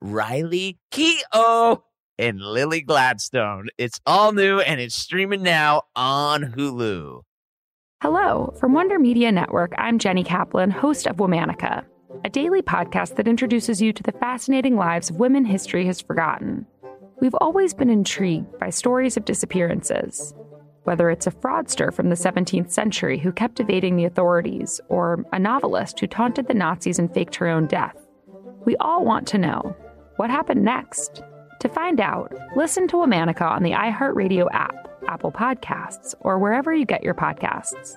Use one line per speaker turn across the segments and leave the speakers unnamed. Riley Keough and Lily Gladstone. It's all new and it's streaming now on Hulu.
Hello, from Wonder Media Network, I'm Jenny Kaplan, host of Womanica, a daily podcast that introduces you to the fascinating lives of women history has forgotten. We've always been intrigued by stories of disappearances. Whether it's a fraudster from the 17th century who kept evading the authorities, or a novelist who taunted the Nazis and faked her own death, we all want to know what happened next? To find out, listen to Womanica on the iHeartRadio app, Apple Podcasts, or wherever you get your podcasts.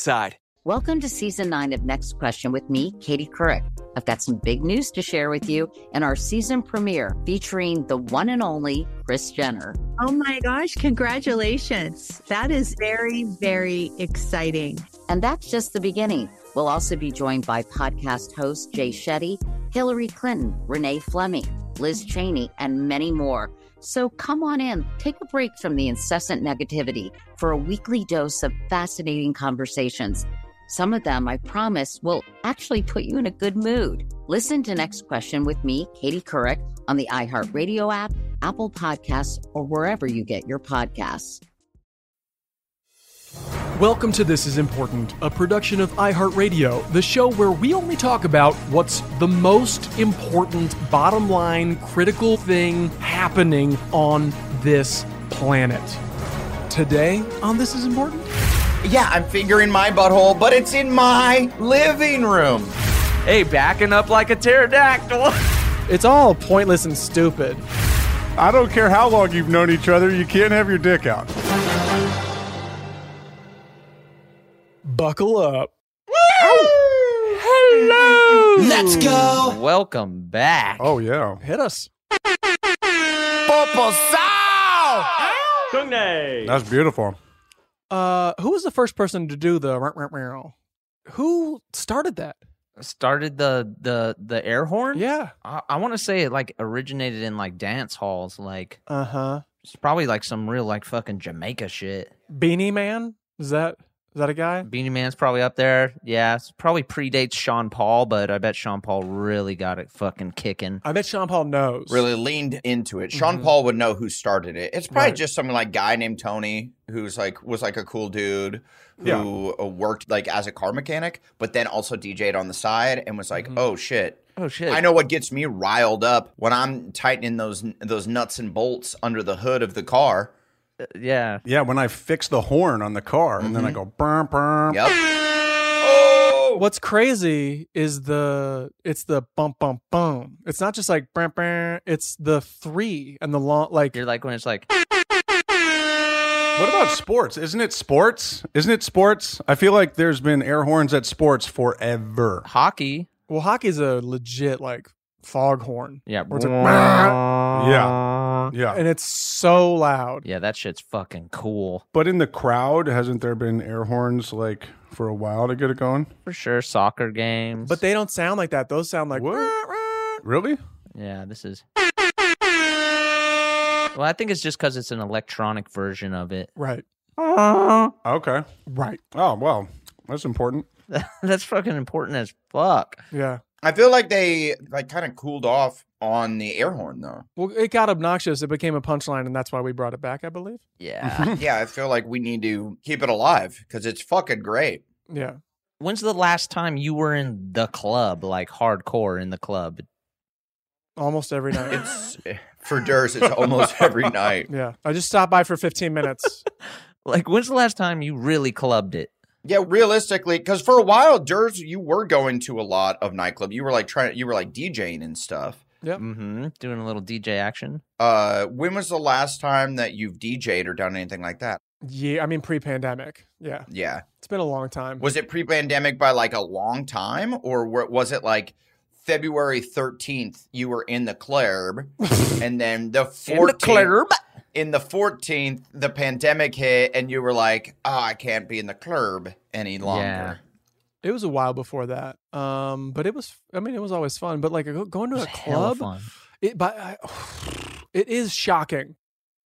Side.
Welcome to season nine of Next Question with me, Katie Couric. I've got some big news to share with you in our season premiere featuring the one and only Chris Jenner.
Oh my gosh, congratulations. That is very, very exciting.
And that's just the beginning. We'll also be joined by podcast host Jay Shetty, Hillary Clinton, Renee Fleming, Liz Cheney, and many more. So come on in, take a break from the incessant negativity for a weekly dose of fascinating conversations. Some of them, I promise, will actually put you in a good mood. Listen to Next Question with me, Katie Couric, on the iHeartRadio app, Apple Podcasts, or wherever you get your podcasts.
Welcome to This Is Important, a production of iHeartRadio, the show where we only talk about what's the most important, bottom line, critical thing happening on this planet. Today on Um, This Is Important?
Yeah, I'm fingering my butthole, but it's in my living room.
Hey, backing up like a pterodactyl.
It's all pointless and stupid.
I don't care how long you've known each other, you can't have your dick out.
Buckle up.
Hello.
Let's go.
Welcome back.
Oh, yeah.
Hit us.
That's beautiful.
Uh, who was the first person to do the rah, rah, rah? Who started that?
Started the the the air horn.
Yeah.
I, I want to say it like originated in like dance halls. Like
Uh huh.
it's probably like some real like fucking Jamaica shit.
Beanie Man. Is that is that a guy?
Beanie Man's probably up there. Yeah, it's probably predates Sean Paul, but I bet Sean Paul really got it fucking kicking.
I bet Sean Paul knows.
Really leaned into it. Sean
Mm-hmm.
Mhm.
Paul would know who started it. It's probably
Right.
just some like guy named Tony who's like was like a cool dude who uh worked like as a car mechanic, but then also DJ'd on the side and was like, "Oh shit,
Oh shit!
I know what gets me riled up when I'm tightening those those nuts and bolts under the hood of the car."
Uh, Yeah. Mm-hmm.
Yeah, when I fix the horn on the car and then I go, burm, burm.
Yep.
What's crazy is the it's the bump bump boom. It's not just like bam, bam. It's the three and the long like
You're like when it's like
What about sports? Isn't it sports? Isn't it sports? I feel like there's been air horns at sports forever.
hockey.
well hockey's a legit like foghorn.
Yeah.
Or it's like, "Bah!"
Yeah. Yeah.
and it's so loud.
Yeah, that shit's fucking cool
But in the crowd, hasn't there been air horns like for a while to get it going?
for sure. Soccer games,
But they don't sound like that. Those sound like
What? Really?
yeah, this is. Well, I think it's just because it's an electronic version of it.
right,
Okay.
right.
Oh, wow. That's important.
That's fucking important as fuck.
Yeah.
I feel like they like kind of cooled off on the air horn though.
Well, it got obnoxious. It became a punchline, and that's why we brought it back. I believe.
Yeah.
yeah, I feel like we need to keep it alive because it's fucking great.
Yeah.
When's the last time you were in the club, like hardcore in the club?
Almost every night.
It's eh, For Durs, it's almost every night.
Yeah. I just stopped by for 15 minutes.
like, when's the last time you really clubbed it?
Yeah, realistically, because for a while, Durs, you were going to a lot of nightclub. You were like trying, you were like DJing and stuff.
Yep.
Mm-hmm. Doing a little DJ action.
Uh, when was the last time that you've DJed or done anything like that?
Yeah. I mean, pre pandemic. Yeah.
Yeah.
It's been a long time.
Was it pre-pandemic by like a long time, or wa- was it like February thirteenth? You were in the club, and then the fourteenth. In the fourteenth, the pandemic hit, and you were like, "Oh, I can't be in the club any longer."
It was a while before that. Um, but it was, I mean, it was always fun. But like go- going to a
hella
club,
fun.
it, but I, it is shocking.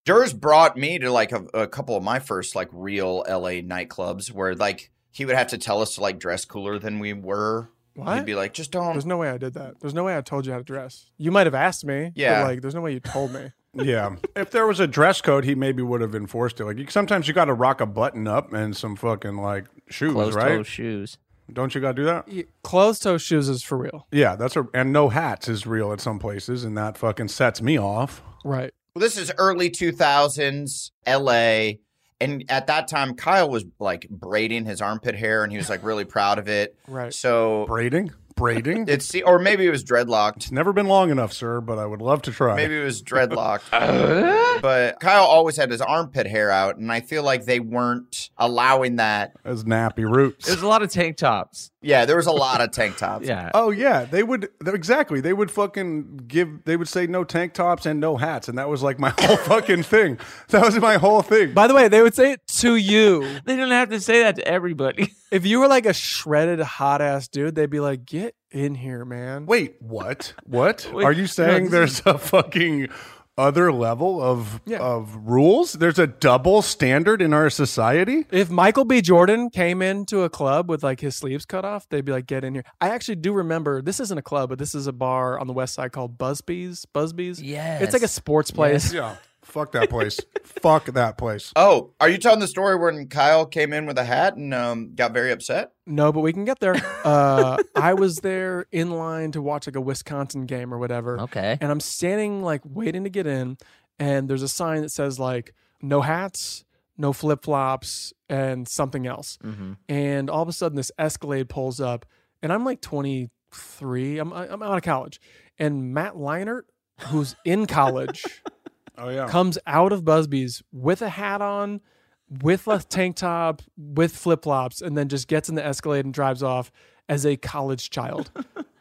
Durs brought me to like a, a couple of my first like real LA nightclubs where like he would have to tell us to like dress cooler than we were.
What?
He'd be like, just don't.
There's no way I did that. There's no way I told you how to dress. You might have asked me. but,
Yeah.
like, there's no way you told me.
Yeah. if there was a dress code, he maybe would have enforced it. Like you, sometimes you got to rock a button up and some fucking like shoes,
Closed-toe
right?
shoes.
Don't you got to do that?
Closed toe shoes is for real.
Yeah, that's a and no hats is real at some places, and that fucking sets me off.
Right.
Well, this is early 2000s LA. And at that time, Kyle was like braiding his armpit hair and he was like really proud of it.
Right.
So
braiding, braiding.
It's or maybe it was dreadlocked. It's
never been long enough, sir, but I would love to try.
Maybe it was dreadlocked. but Kyle always had his armpit hair out, and I feel like they weren't allowing that.
as nappy roots.
There's a lot of tank tops.
Yeah, there was a lot of tank tops.
yeah.
Oh yeah, they would they're- exactly. They would fucking give. They would say no tank tops and no hats, and that was like my whole fucking thing. That was my whole thing.
By the way, they would say it to you.
they didn't have to say that to everybody.
If you were like a shredded hot ass dude, they'd be like, "Get in here, man."
Wait, what? What
Wait,
are you saying?
no,
There's a fucking other level of of rules. There's a double standard in our society.
If Michael B. Jordan came into a club with like his sleeves cut off, they'd be like, "Get in here." I actually do remember this isn't a club, but this is a bar on the west side called Busby's. Busby's. Yeah. It's like a sports place.
Yeah. Fuck that place. Fuck that place.
Oh, are you telling the story when Kyle came in with a hat and um, got very upset?
No, but we can get there. Uh, I was there in line to watch like a Wisconsin game or whatever.
Okay.
And I'm standing like waiting to get in, and there's a sign that says like no hats, no flip flops, and something else.
Mhm.
And all of a sudden, this Escalade pulls up, and I'm like 23. I'm I'm out of college, and Matt Leinart, who's in college
Oh yeah.
comes out of Busby's with a hat on, with a tank top, with flip flops, and then just gets in the Escalade and drives off as a college child.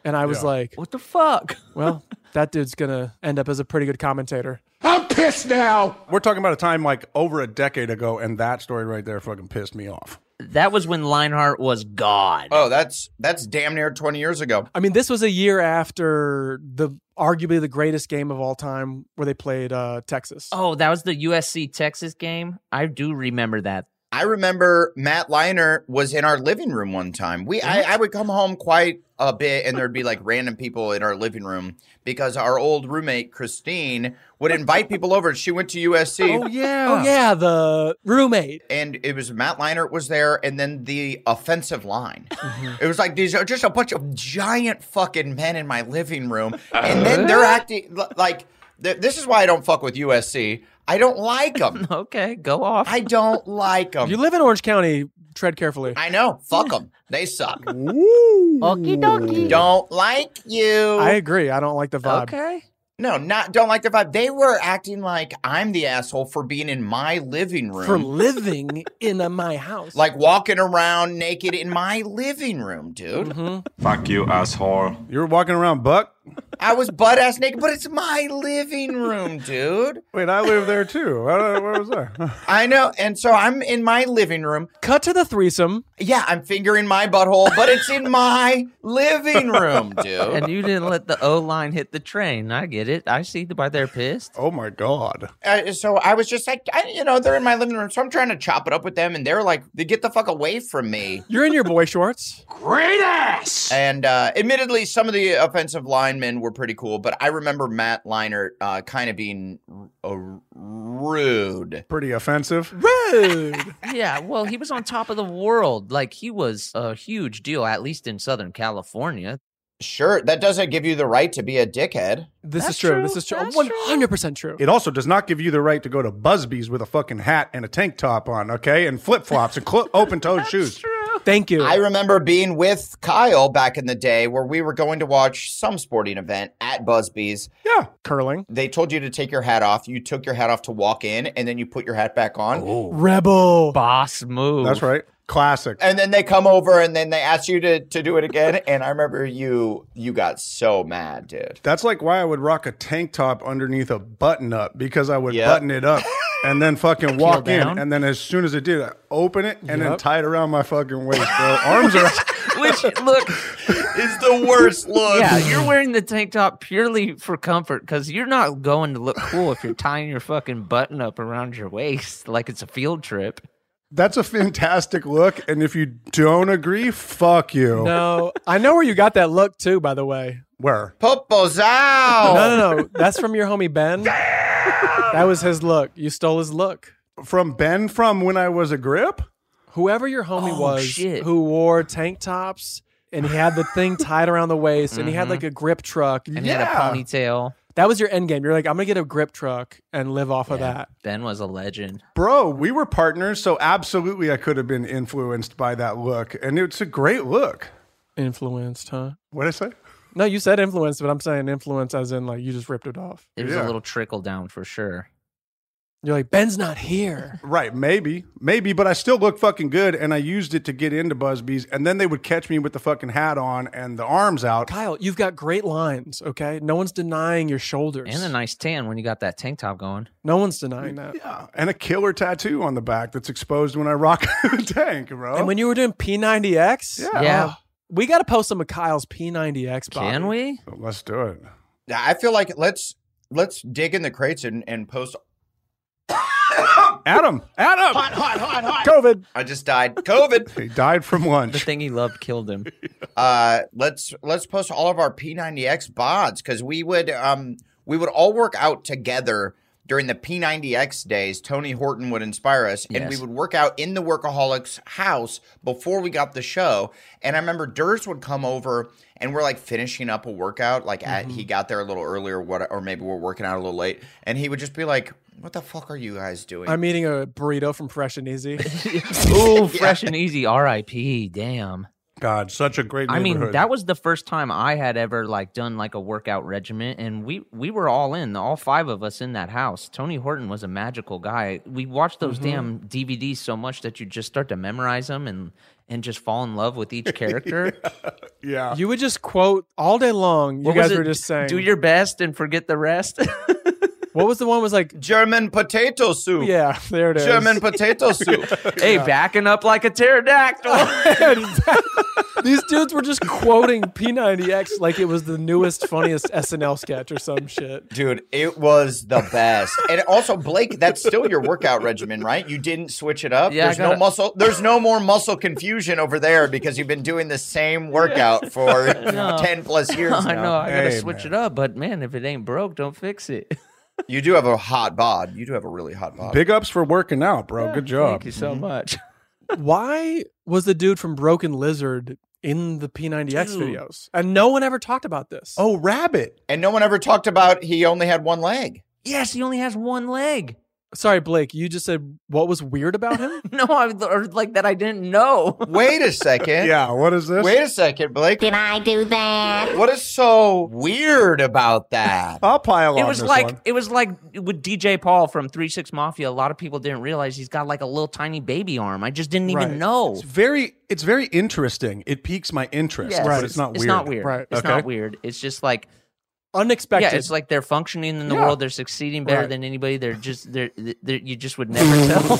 And I was
Yeah.
like,
What the fuck?
well, that dude's gonna end up as a pretty good commentator.
I'm pissed now. We're talking about a time like over a decade ago, and that story right there fucking pissed me off.
That was when Lionheart was gone.
Oh, that's that's damn near 20 years ago.
I mean, this was a year after the arguably the greatest game of all time, where they played uh, Texas.
Oh, that was the USC Texas game. I do remember that.
I remember Matt Leiner was in our living room one time. We I, I would come home quite a bit and there'd be like random people in our living room because our old roommate Christine would invite people over. She went to USC.
Oh, yeah. Oh, yeah, the roommate.
And it was Matt Leiner was there and then the offensive line.
Mm-hmm.
It was like these are just a bunch of giant fucking men in my living room,
Uh-huh.
and then they're acting li- like th- this is why I don't fuck with USC. I don't like them.
okay, go off.
I don't like them.
You live in Orange County. Tread carefully.
Um, I know. Fuck them. They suck.
Okie dokie.
Don't like you.
I agree. I don't like the vibe.
No, not don't like the vibe. They were acting like I'm the asshole for being in my living room.
For living in uh, my house.
like walking around naked in my living room, dude.
Mm-hmm.
Fuck you, asshole. You were walking around buck.
I was butt ass naked, but it's my living room, dude.
Wait, I live there too. I don't- Where was I?
I know. And so I'm in my living room.
Cut to the threesome.
Yeah, I'm fingering my butthole, but it's in my living room, dude.
And you didn't let the O line hit the train. I get it. I see the- why they're pissed.
Oh my god.
Uh, so I was just like, I, you know, they're in my living room, so I'm trying to chop it up with them, and they're like, they get the fuck away from me.
You're in your boy shorts.
Great ass. And uh, admittedly, some of the offensive linemen were pretty cool, but I remember Matt Leinart uh, kind of being r- a rude.
Pretty offensive.
Rude.
yeah, well, he was on top of the world. Like he was a huge deal, at least in Southern California.
Sure, that doesn't give you the right to be a dickhead.
This is true. This is true. One hundred percent true.
It also does not give you the right to go to Busby's with a fucking hat and a tank top on, okay, and flip flops and cl- open toed shoes.
Oh, Thank you.
I remember being with Kyle back in the day where we were going to watch some sporting event at Busby's.
Yeah. Curling.
They told you to take your hat off. You took your hat off to walk in, and then you put your hat back on.
Oh. Rebel.
Boss move.
That's right. Classic.
And then they come over and then they ask you to, to do it again. And I remember you you got so mad, dude.
That's like why I would rock a tank top underneath a button up because I would button it up and then fucking walk in.
down.
And then as soon as it did, I open it and then
Yep.
tie it around my fucking waist, bro. Arms are.
Which look is
the worst look.
Yeah, you're wearing the tank top purely for comfort because you're not going to look cool if you're tying your fucking button up around your waist like it's a field trip.
That's a fantastic look. And if you don't agree, fuck you.
No, I know where you got that look too. By the way,
Where?
Popo's out.
No, no, no. That's from your homie Ben. that was his look. You stole his look
from Ben from when I was a grip.
Whoever your homie
Oh,
was
shit.
who wore tank tops and he had the thing tied around the waist and he had
Mhm.
like a grip truck
And he had a ponytail.
That was your end game. You're like, I'm gonna get a grip truck and live off of that.
Ben was a legend.
Bro, we were partners, so absolutely I could have been influenced by that look. And it's a great look.
Influenced, huh?
What did I say?
No, you said influence, but I'm saying influence as in like you just ripped it off.
It was a little trickle down for sure.
You're like, Ben's not here.
Right, maybe. Maybe, but I still look fucking good and I used it to get into Busby's and then they would catch me with the fucking hat on and the arms out.
Kyle, you've got great lines, okay? No one's denying your shoulders.
And a nice tan when you got that tank top going.
No one's denying that.
Yeah. And a killer tattoo on the back that's exposed when I rock a tank, bro.
And when you were doing P90X,
Yeah. Yeah.
oh, we got to post some of Kyle's P90X. Bobby.
Can we?
Let's do it.
I feel like let's let's dig in the crates and, and post
Adam, Adam,
hot, hot, hot, hot.
COVID.
I just died. COVID.
He died from lunch.
The thing he loved killed him.
uh, let's let's post all of our P90X bods because we would um we would all work out together during the P90X days. Tony Horton would inspire us, and we
Yes.
would work out in the workaholics house before we got the show. And I remember Durs would come over. And we're like finishing up a workout, like at,
Mm-hmm.
he got there a little earlier, what, or maybe we're working out a little late, and he would just be like, "What the fuck are you guys doing?"
I'm eating a burrito from Fresh and Easy.
Ooh, fresh and easy. R.I.P. Damn.
God, such a great
I mean,
neighborhood.
that was the first time I had ever like done like a workout regimen, and we we were all in, all five of us in that house. Tony Horton was a magical guy. We watched those
Mhm.
Mm-hmm.
damn DVDs so much that you just start to memorize them and and just fall in love with each character.
yeah.
You would just quote all day long. You
What was
guys
it?
were just saying.
Do your best and forget the rest.
what was the one was like
German potato soup.
Yeah, there it is.
German potato soup.
hey, backing up like a pterodactyl.
These dudes were just quoting P90X like it was the newest, funniest SNL sketch or some shit.
Dude, it was the best. and also, Blake, that's still your workout regimen, right? You didn't switch it up.
Yeah, I
there's no
gotta-
muscle. There's no more muscle confusion over there because you've been doing the same workout for
No.
ten plus years.
I
now.
know. I gotta switch it up, but man, if it ain't broke, don't fix it.
You do have a hot bod. You do have a really hot bod.
Big ups for working
Oh,
out, bro. Good job.
Thank you so much.
Why was the dude from Broken Lizard in the P90X
Dude.
videos? And no one ever talked about this.
Oh, rabbit.
And no one ever talked about he only had one leg.
Yes, he only has one leg.
Sorry, Blake, you just said what was weird about him?
No, I or like that. I didn't know.
Wait a second.
Yeah, what is this?
Wait a second, Blake.
Did I do that?
What is so weird about that?
I'll pile
It
on
was
this
like
one.
it was like with DJ Paul from Three Six Mafia. A lot of people didn't realize he's got like a little tiny baby arm. I just didn't
Right.
even know.
It's very, it's very interesting. It piques my interest,
Yes.
but it's not weird.
It's not weird.
Right.
It's
Okay.
not weird. It's just like
Unexpected.
yeah, it's like they're functioning in the
Yeah.
world. They're succeeding better
Right.
than anybody. They're just they're, they're you just would never tell.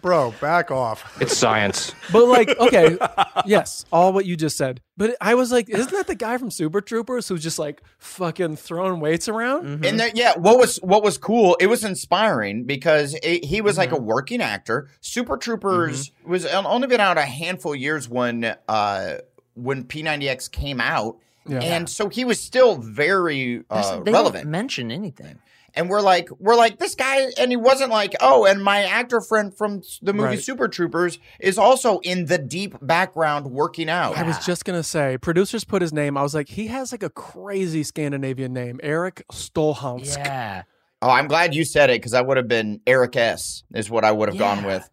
Bro, back off.
It's science.
But like, okay, yes, all what you just said. But I was like, isn't that the guy from Super Troopers who's just like fucking throwing weights around?
Mm-hmm.
And that, yeah, what was what was cool? It was inspiring because it, he was like
Mm-hmm.
a working actor. Super Troopers was on- only been out a handful of years when uh, when P90X came out,
Yeah.
And so he was still very uh,
Doesn't- they don't
relevant.
mention anything.
And we're like, we're like this guy, and he wasn't like, oh, and my actor friend from s- the movie
Right.
Super Troopers is also in the deep background working out.
I was just gonna say, producers put his name. I was like, he has like a crazy Scandinavian name, Eric Stolhansk.
Yeah.
Oh, I'm glad you said it because I would have been Eric S. Is what I would have gone with.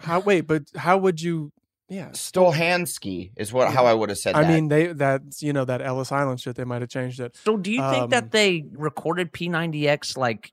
How? Wait, but how would you? Yeah.
Stolhansky is what how I would have said.
I
that.
mean, they that you know that Ellis Island shit. They might have changed it.
So, do you
Um,
think that they recorded P90X like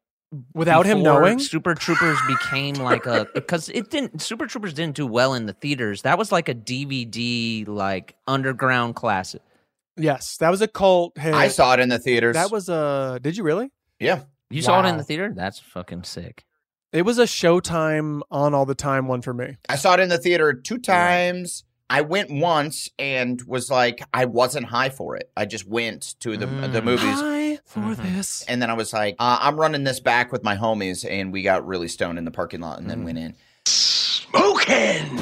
Without him
before
knowing?
Super Troopers became like a because it didn't. Super Troopers didn't do well in the theaters. That was like a DVD like underground classic.
Yes, that was a cult hit.
I saw it in the theaters.
That was a. Did you really?
yeah.
You saw it in
Wow.
the theater? That's fucking sick.
It was a Showtime on all the time one for me.
I saw it in the theater two times. I went once and was like, I wasn't high for it. I just went to the
Mm.
the movies,
Hi for
Mm-hmm.
this.
and then I was like, uh, I'm running this back with my homies, and we got really stoned in the parking lot, and then went in.
Smoking!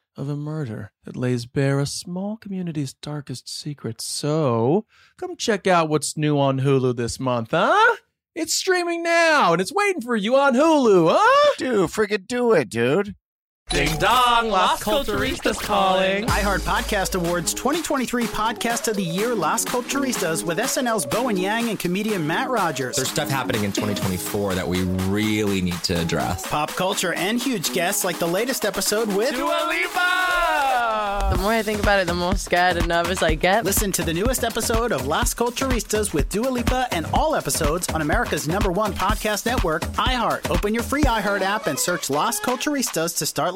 of a murder that lays bare a small community's darkest secrets. So, come check out what's new on Hulu this month, huh? It's streaming now and it's waiting for you on Hulu, huh?
Dude, friggin' do it, dude.
Ding
dong, Las Culturistas calling.
iHeart Podcast Awards 2023 Podcast of the Year Las Culturistas with SNL's Bowen Yang and comedian Matt Rogers.
There's stuff happening in 2024 that we really need to address.
Pop culture and huge guests like the latest episode with Dua Lipa.
The more I think about it, the more scared and nervous I get.
Listen to the newest episode of Las Culturistas with Dua Lipa and all episodes on America's number one podcast network, iHeart. Open your free iHeart app and search Las Culturistas to start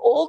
all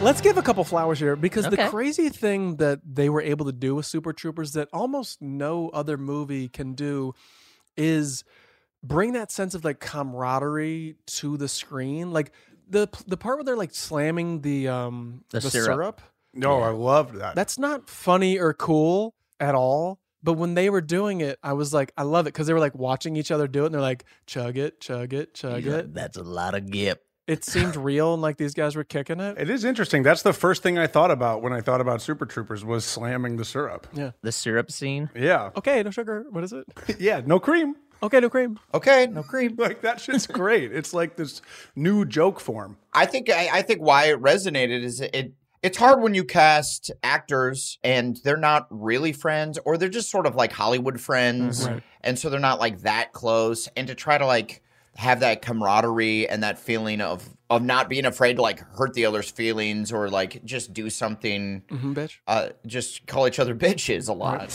Let's give a couple flowers here because
Okay.
the crazy thing that they were able to do with Super Troopers that almost no other movie can do is bring that sense of like camaraderie to the screen. Like the the part where they're like slamming the um
The
the
syrup.
syrup.
No, I loved that.
That's not funny or cool at all. But when they were doing it, I was like, I love it because they were like watching each other do it, and they're like, chug it, chug it, chug
Yeah,
it.
That's a lot of gip.
It seemed real, and like these guys were kicking it.
It is interesting. That's the first thing I thought about when I thought about Super Troopers was slamming the syrup.
Yeah.
The syrup scene.
Yeah.
Okay, no sugar. What is it?
yeah, no cream.
Okay, no cream.
Okay, no
cream. Like that shit's great. It's like this new joke form.
I think I, I think why it resonated is it, it it's hard when you cast actors and they're not really friends or they're just sort of like Hollywood friends
Mhm. Right.
and so they're not like that close and to try to like have that camaraderie and that feeling of of not being afraid to like hurt the other's feelings or like just do something
Mm-hmm, bitch.
uh just call each other bitches a lot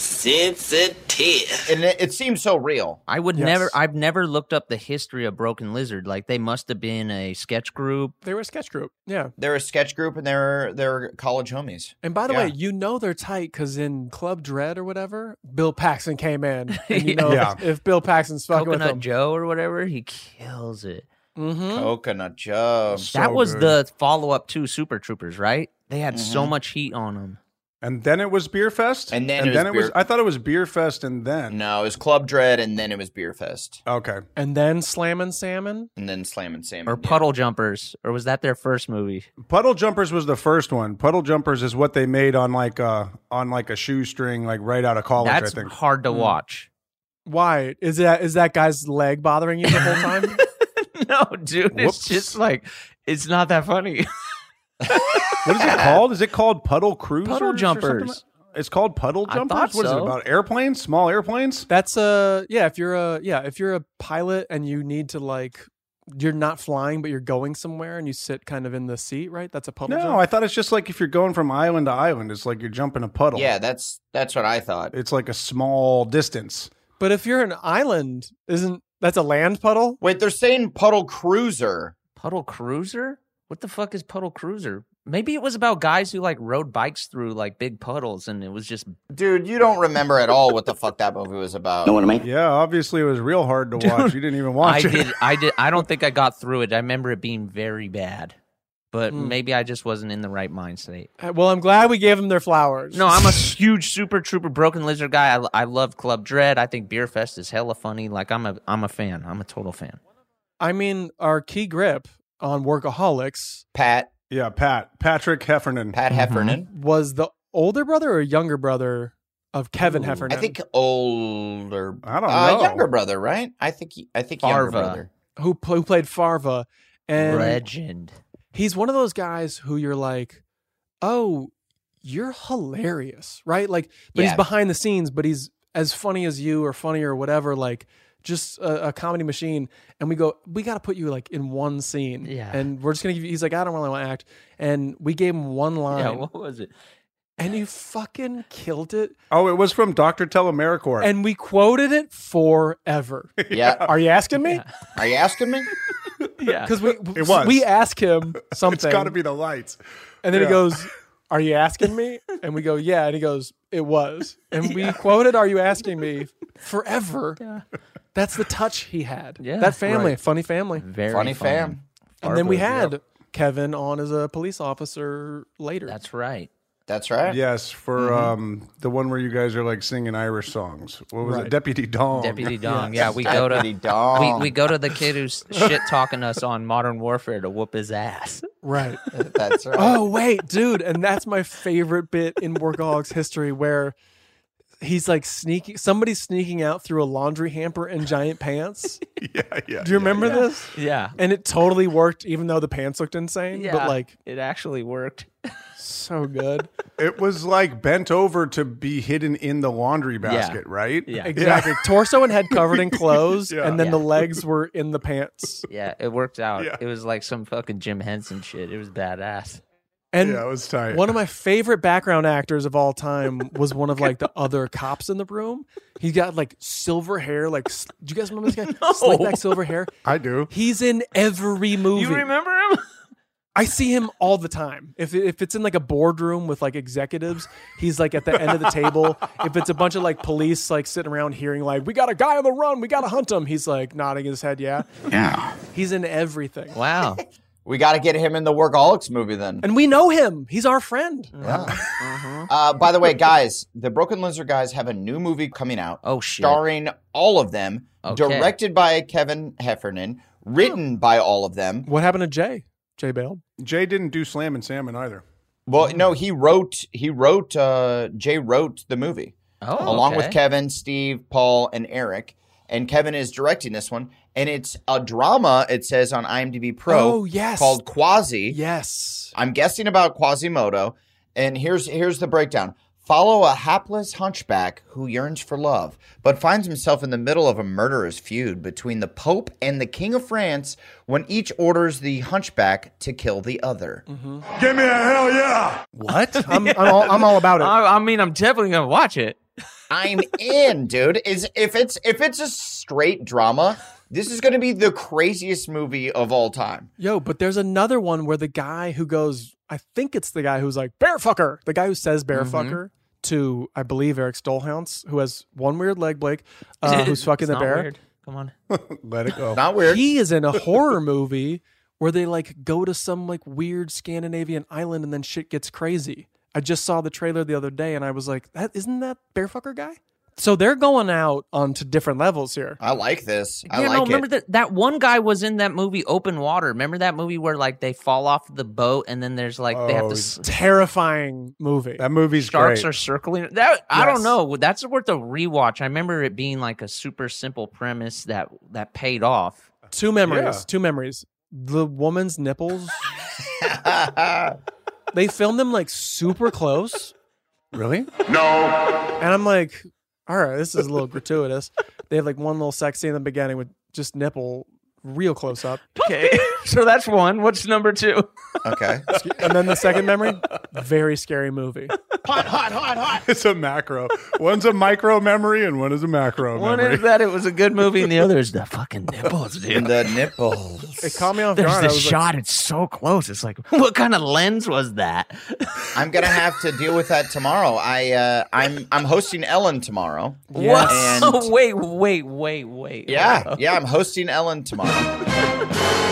sensitive and it, it seems so real
I would
Yes.
never. I've never looked up the history of Broken Lizard. Like they must have been a sketch group.
They were a sketch group. Yeah.
they're a sketch group and they're they're college homies
And by the
Yeah.
way, you know they're tight because in Club Dread or whatever, Bill Paxton came in. And you know
Yeah.
if, if Bill Paxton's fucking with
Coconut
them.
Joe or whatever. He kills it.
Mhm.
Coconut Joe.
that was the follow up to Super Troopers, right? They had so
Mm-hmm.
Mhm.
much heat on them.
And then it was Beer Fest.
And then it
and
was
then it was.
Beer-
I thought it was Beer Fest, and then
no, it was Club Dread, and then it was Beer Fest,
Okay.
And then Slammin' Salmon.
and then Slam and Sam.
Or Puddle Jumpers, or was that their first movie?
Puddle Jumpers was the first one. Puddle Jumpers is what they made on like a on like a shoestring, like right out of college.
That's
I think
hard to
Mm.
watch.
Why? Is that is that guy's leg bothering you the whole time?
No, dude, it's just like it's not that funny.
What is it called? Is it called Puddle Cruisers?
Puddle
or something
Jumpers.
like- It's called Puddle
I thought
Jumpers. What is it
so.
about? Airplanes, small airplanes.
That's a yeah. If you're a yeah, if you're a pilot and you need to like, you're not flying but you're going somewhere and you sit kind of in the seat, right? That's a puddle.
No, I thought it's just like if you're going from island to island, it's like you're jumping a puddle.
Yeah, that's that's what I thought.
It's like a small distance.
But if you're an island, isn't that's a land puddle?
Wait, they're saying Puddle Cruiser.
Puddle Cruiser? What the fuck is Puddle Cruiser? Maybe it was about guys who like rode bikes through like big puddles and it was just
Dude, you don't remember at all what the fuck that movie was about.
Know what I mean? Yeah, obviously it was real hard to watch. You didn't even
I
watch it.
did I did I don't think I got through it. I remember it being very bad. But
Hmm.
maybe I just wasn't in the right mind state.
Uh, Well, I'm glad we gave them their flowers.
No, I'm a huge Super Trooper Broken Lizard guy. I, I love Club Dread. I think Beer Fest is hella funny. Like I'm a I'm a fan. I'm a total fan.
I mean, our key grip on workaholics Mm-hmm.
Pat
Yeah, Pat. Patrick Heffernan.
Pat Heffernan.
was the older brother or younger brother of Kevin Heffernan.
I think older.
I don't
uh,
know.
Younger brother, right? I think. he- I think
Farva.
younger brother.
who, pl- who played Farva, and
Legend.
he's one of those guys who you're like, oh, you're hilarious, right? Like, but
Yeah.
he's behind the scenes, but he's as funny as you or funny or whatever, like just a, a comedy machine. And we go, we got to put you like in one scene.
Yeah.
And we're just going to give you, he's like, I don't really want to act. And we gave him one line
Yeah, what was it?
and you fucking killed it.
Oh, it was from Doctor Telemericorp.
And we quoted it forever.
Yeah.
Are you asking me?
Are you asking me?
Yeah.
Because we
It was.
we ask him something.
it's got to be the lights.
And then
Yeah.
he goes, Are you asking me? And we go, Yeah. And he goes, It was. And we quoted, Are you asking me forever? That's the touch he had.
Yeah.
That family,
Right.
funny family.
Very
Funny fun. fam.
And then we
Fargo,
had Kevin on as a police officer later.
That's right.
That's right.
Yes, for
Mhm.
Mm-hmm.
um the one where you guys are like singing Irish songs. What was
Right.
it? Deputy Dong.
Deputy Dong. Yeah, we go
Deputy
to
Dong.
We, we go to the kid who's shit talking us on Modern Warfare to whoop his ass.
Right.
That's right.
Oh wait, dude, and that's my favorite bit in Workaholics history where he's like sneaking somebody's sneaking out through a laundry hamper in giant pants.
yeah, yeah.
Do you remember this?
Yeah.
And it totally worked even though the pants looked insane, but like
it actually worked.
so good.
It was like bent over to be hidden in the laundry basket, right?
Yeah.
Exactly. Torso and head covered in clothes
Yeah.
and then
Yeah.
the legs were in the pants.
Yeah, it worked out.
Yeah.
It was like some fucking Jim Henson shit. It was badass.
And
yeah, it was tight.
One of my favorite background actors of all time was one of like the other cops in the room. He got like silver hair. Like, s- do you guys remember this guy? Slick back silver hair.
I do.
He's in every movie.
You remember him?
I see him all the time. If if it's in like a boardroom with like executives, he's like at the end of the table. If it's a bunch of like police like sitting around hearing like, "We got a guy on the run. We got to hunt him." He's like nodding his head, yeah.
Yeah.
He's in everything.
Wow.
We got to get him in the Workaholics movie then.
And we know him. He's our friend.
Uh, by the way, guys, the Broken Lizard guys have a new movie coming out. Oh, shit. Starring all of them,
Okay.
directed by Kevin Heffernan, written by all of them.
Oh. What happened to Jay? Jay bailed.
Jay didn't do Slam and Salmon either.
Well, no, he wrote. He wrote. Uh, Jay wrote the movie
Oh,
along
okay.
with Kevin, Steve, Paul, and Eric. And Kevin is directing this one, and it's a drama. It says on IMDb Pro.
Oh, yes.
called Quasi.
Yes,
I'm guessing about Quasimodo. And here's here's the breakdown. Follow a hapless hunchback who yearns for love, but finds himself in the middle of a murderous feud between the Pope and the King of France when each orders the hunchback to kill the other.
Mm-hmm.
Give me a hell yeah!
What?
I'm- I'm all- I'm all about it.
I, I mean, I'm definitely gonna watch it.
I'm in, dude. Is if it's if it's a straight drama, this is going to be the craziest movie of all time.
Yo, but there's another one where the guy who goes, I think it's the guy who's like, bear fucker. The guy who says bear
Mhm.
fucker to, I believe, Eric Stolhounce, who has one weird leg, Blake, uh, who's fucking
It's
the
not
bear.
weird. Come on.
Let it go.
Not weird.
He is in a horror movie where they like go to some like weird Scandinavian island and then shit gets crazy. I just saw the trailer the other day and I was like, that isn't that Bearfucker guy? So they're going out onto different levels here.
I like this. I
yeah,
like
no,
it.
remember that that one guy was in that movie Open Water. Remember that movie where like they fall off the boat and then there's like they have
Oh,
to s-
terrifying movie.
That movie's
sharks
great.
are circling. That I
Yes.
don't know. That's worth a rewatch. I remember it being like a super simple premise that that paid off.
Two memories.
Yeah.
Two memories. The woman's nipples. they filmed them like super close.
Really?
No. And I'm like, all right, this is a little gratuitous. They have like one little sex scene in the beginning with just nipple real close up.
Okay. so that's one. What's number two?
Okay.
And then the second memory, very scary movie.
Hot, hot, hot, hot. It's a macro. One's a micro memory and one is a macro
One
memory.
is that it was a good movie, and the other is the fucking nipples, dude.
The nipples.
It caught me off
There's
guard. I
this
was like-
shot. it's so close. It's like, what kind of lens was that?
I'm gonna have to deal with that tomorrow. I uh, I'm I'm hosting Ellen tomorrow.
Whoa!
And-
wait, wait, wait, wait.
yeah, yeah. I'm hosting Ellen tomorrow.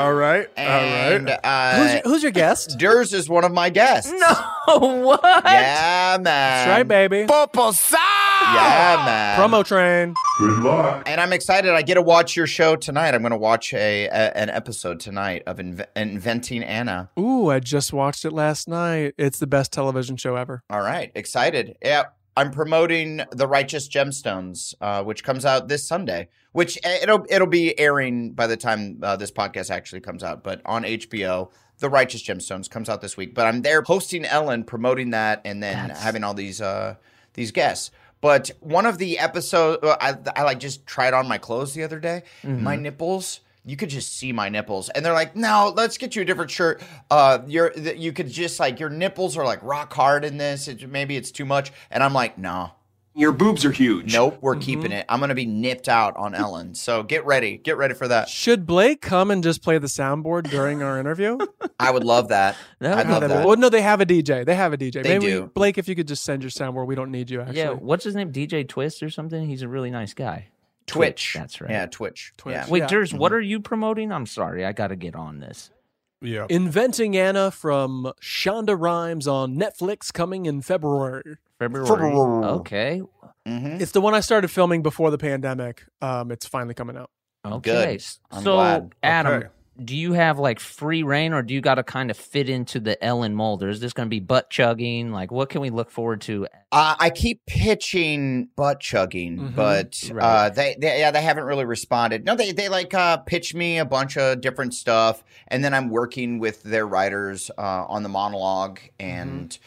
All right.
And, all right. Uh,
Who's your- who's your guest?
Durs is one of my guests.
No, what?
Yeah, man. That's
right, baby.
Popo Yeah, man.
Promo train.
Good luck.
And I'm excited. I get to watch your show tonight. I'm going to watch a, a an episode tonight of Inve- Inventing Anna.
Ooh, I just watched it last night. It's the best television show ever.
All right, excited. Yeah, I'm promoting The Righteous Gemstones, uh, which comes out this Sunday. Which eh, it'll it'll be airing by the time uh, this podcast actually comes out, but on HBO. The Righteous Gemstones comes out this week, but I'm there hosting Ellen, promoting that, and then having all these uh, these guests. But one of the episodes, I, I like just tried on my clothes the other day.
Mhm.
My nipples, you could just see my nipples, and they're like, "No, let's get you a different shirt." Uh, your th- you could just like your nipples are like rock hard in this. It, maybe it's too much, and I'm like, "No."
Your boobs are huge.
Nope, we're keeping it. I'm gonna be nipped out on Ellen, so get ready, get ready for that.
Should Blake come and just play the soundboard during our interview?
I would love that. I'd love that.
Well, no, they have a DJ. They have a DJ.
They
Maybe we-
do.
Blake, if you could just send your soundboard, we don't need you. Actually,
Yeah, what's his name? DJ Twist or something? He's a really nice guy.
Twitch.
That's right.
Yeah, Twitch.
Twitch. Mm-hmm.
Yeah.
Wait,
Yeah.
Durs, what are you promoting? I'm sorry, I got to get on this.
Yeah.
Inventing Anna from Shonda Rhimes on Netflix coming in February.
February. Okay.
Mm-hmm.
It's the one I started filming before the pandemic. Um, it's finally coming out.
Okay. so, Adam, do you have like free reign, or do you got to kind of fit into the Ellen mold? Or is this going to be butt chugging? Like, what can we look forward to?
Uh, I keep pitching butt chugging,
Mhm.
but uh,
Right.
they, they yeah they haven't really responded. No, they they like uh, pitch me a bunch of different stuff, and then I'm working with their writers uh, on the monologue,
Mm-hmm.
and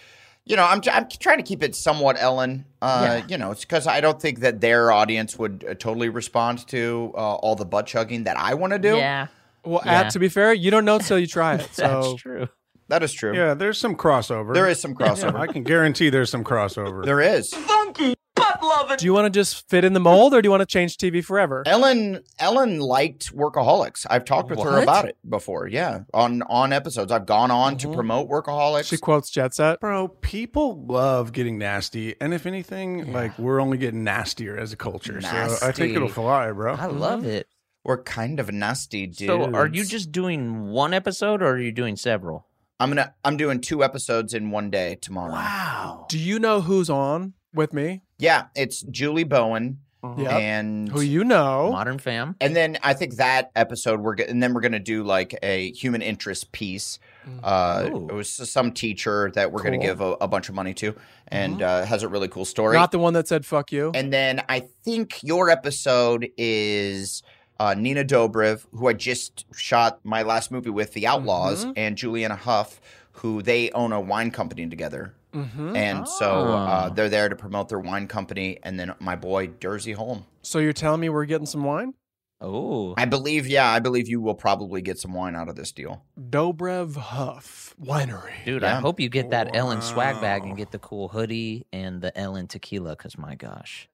you know I'm tr- I'm trying to keep it somewhat Ellen. Uh,
Yeah.
You know, it's because I don't think that their audience would uh, totally respond to uh, all the butt chugging that I want to do.
Yeah.
Well, Ad, to be fair, you don't know till you try it. So
true.
That is true.
Yeah, there's some crossover.
There is some crossover.
Yeah, I can guarantee there's some crossover.
There is.
Funky butt loving.
Do you want to just fit in the mold, or do you want to change TV forever?
Ellen Ellen liked workaholics. I've talked with her
What?
about it before. Yeah, on on episodes. I've gone on
Mm-hmm.
to promote workaholics.
She quotes Jet Set.
Bro, people love getting nasty. And if anything, like we're only getting nastier as a culture. So I think
Nasty.
Mm-hmm.
it'll fly, bro.
I love it.
We're kind of nasty dudes.
So are you just doing one episode or are you doing several?
I'm gonna. I'm doing two episodes in one day tomorrow. Wow.
Do you know who's on with me?
Yeah, it's Julie Bowen.
Yep.
And
Who you know?
Mm-hmm. Modern Fam.
And then I think that episode we're go- and then we're gonna do like a human interest piece.
Mm.
Uh, it was some teacher that we're gonna
Cool.
give a, a bunch of money to, and
Mm-hmm.
uh, has a really cool story.
Not the one that said fuck you.
And then I think your episode is uh, Nina Dobrev, who I just shot my last movie with, The Outlaws,
Mhm.
and Juliana Huff, who they own a wine company together.
Mhm.
And so uh,
Ah.
they're there to promote their wine company, and then my boy Dersey Holm.
So you're telling me we're getting some wine?
Oh,
I believe, yeah, I believe you will probably get some wine out of this deal.
Dobrev Huff Winery.
Dude, I
Yeah.
hope you get that Ellen swag bag and get the cool hoodie and the Ellen tequila because my gosh.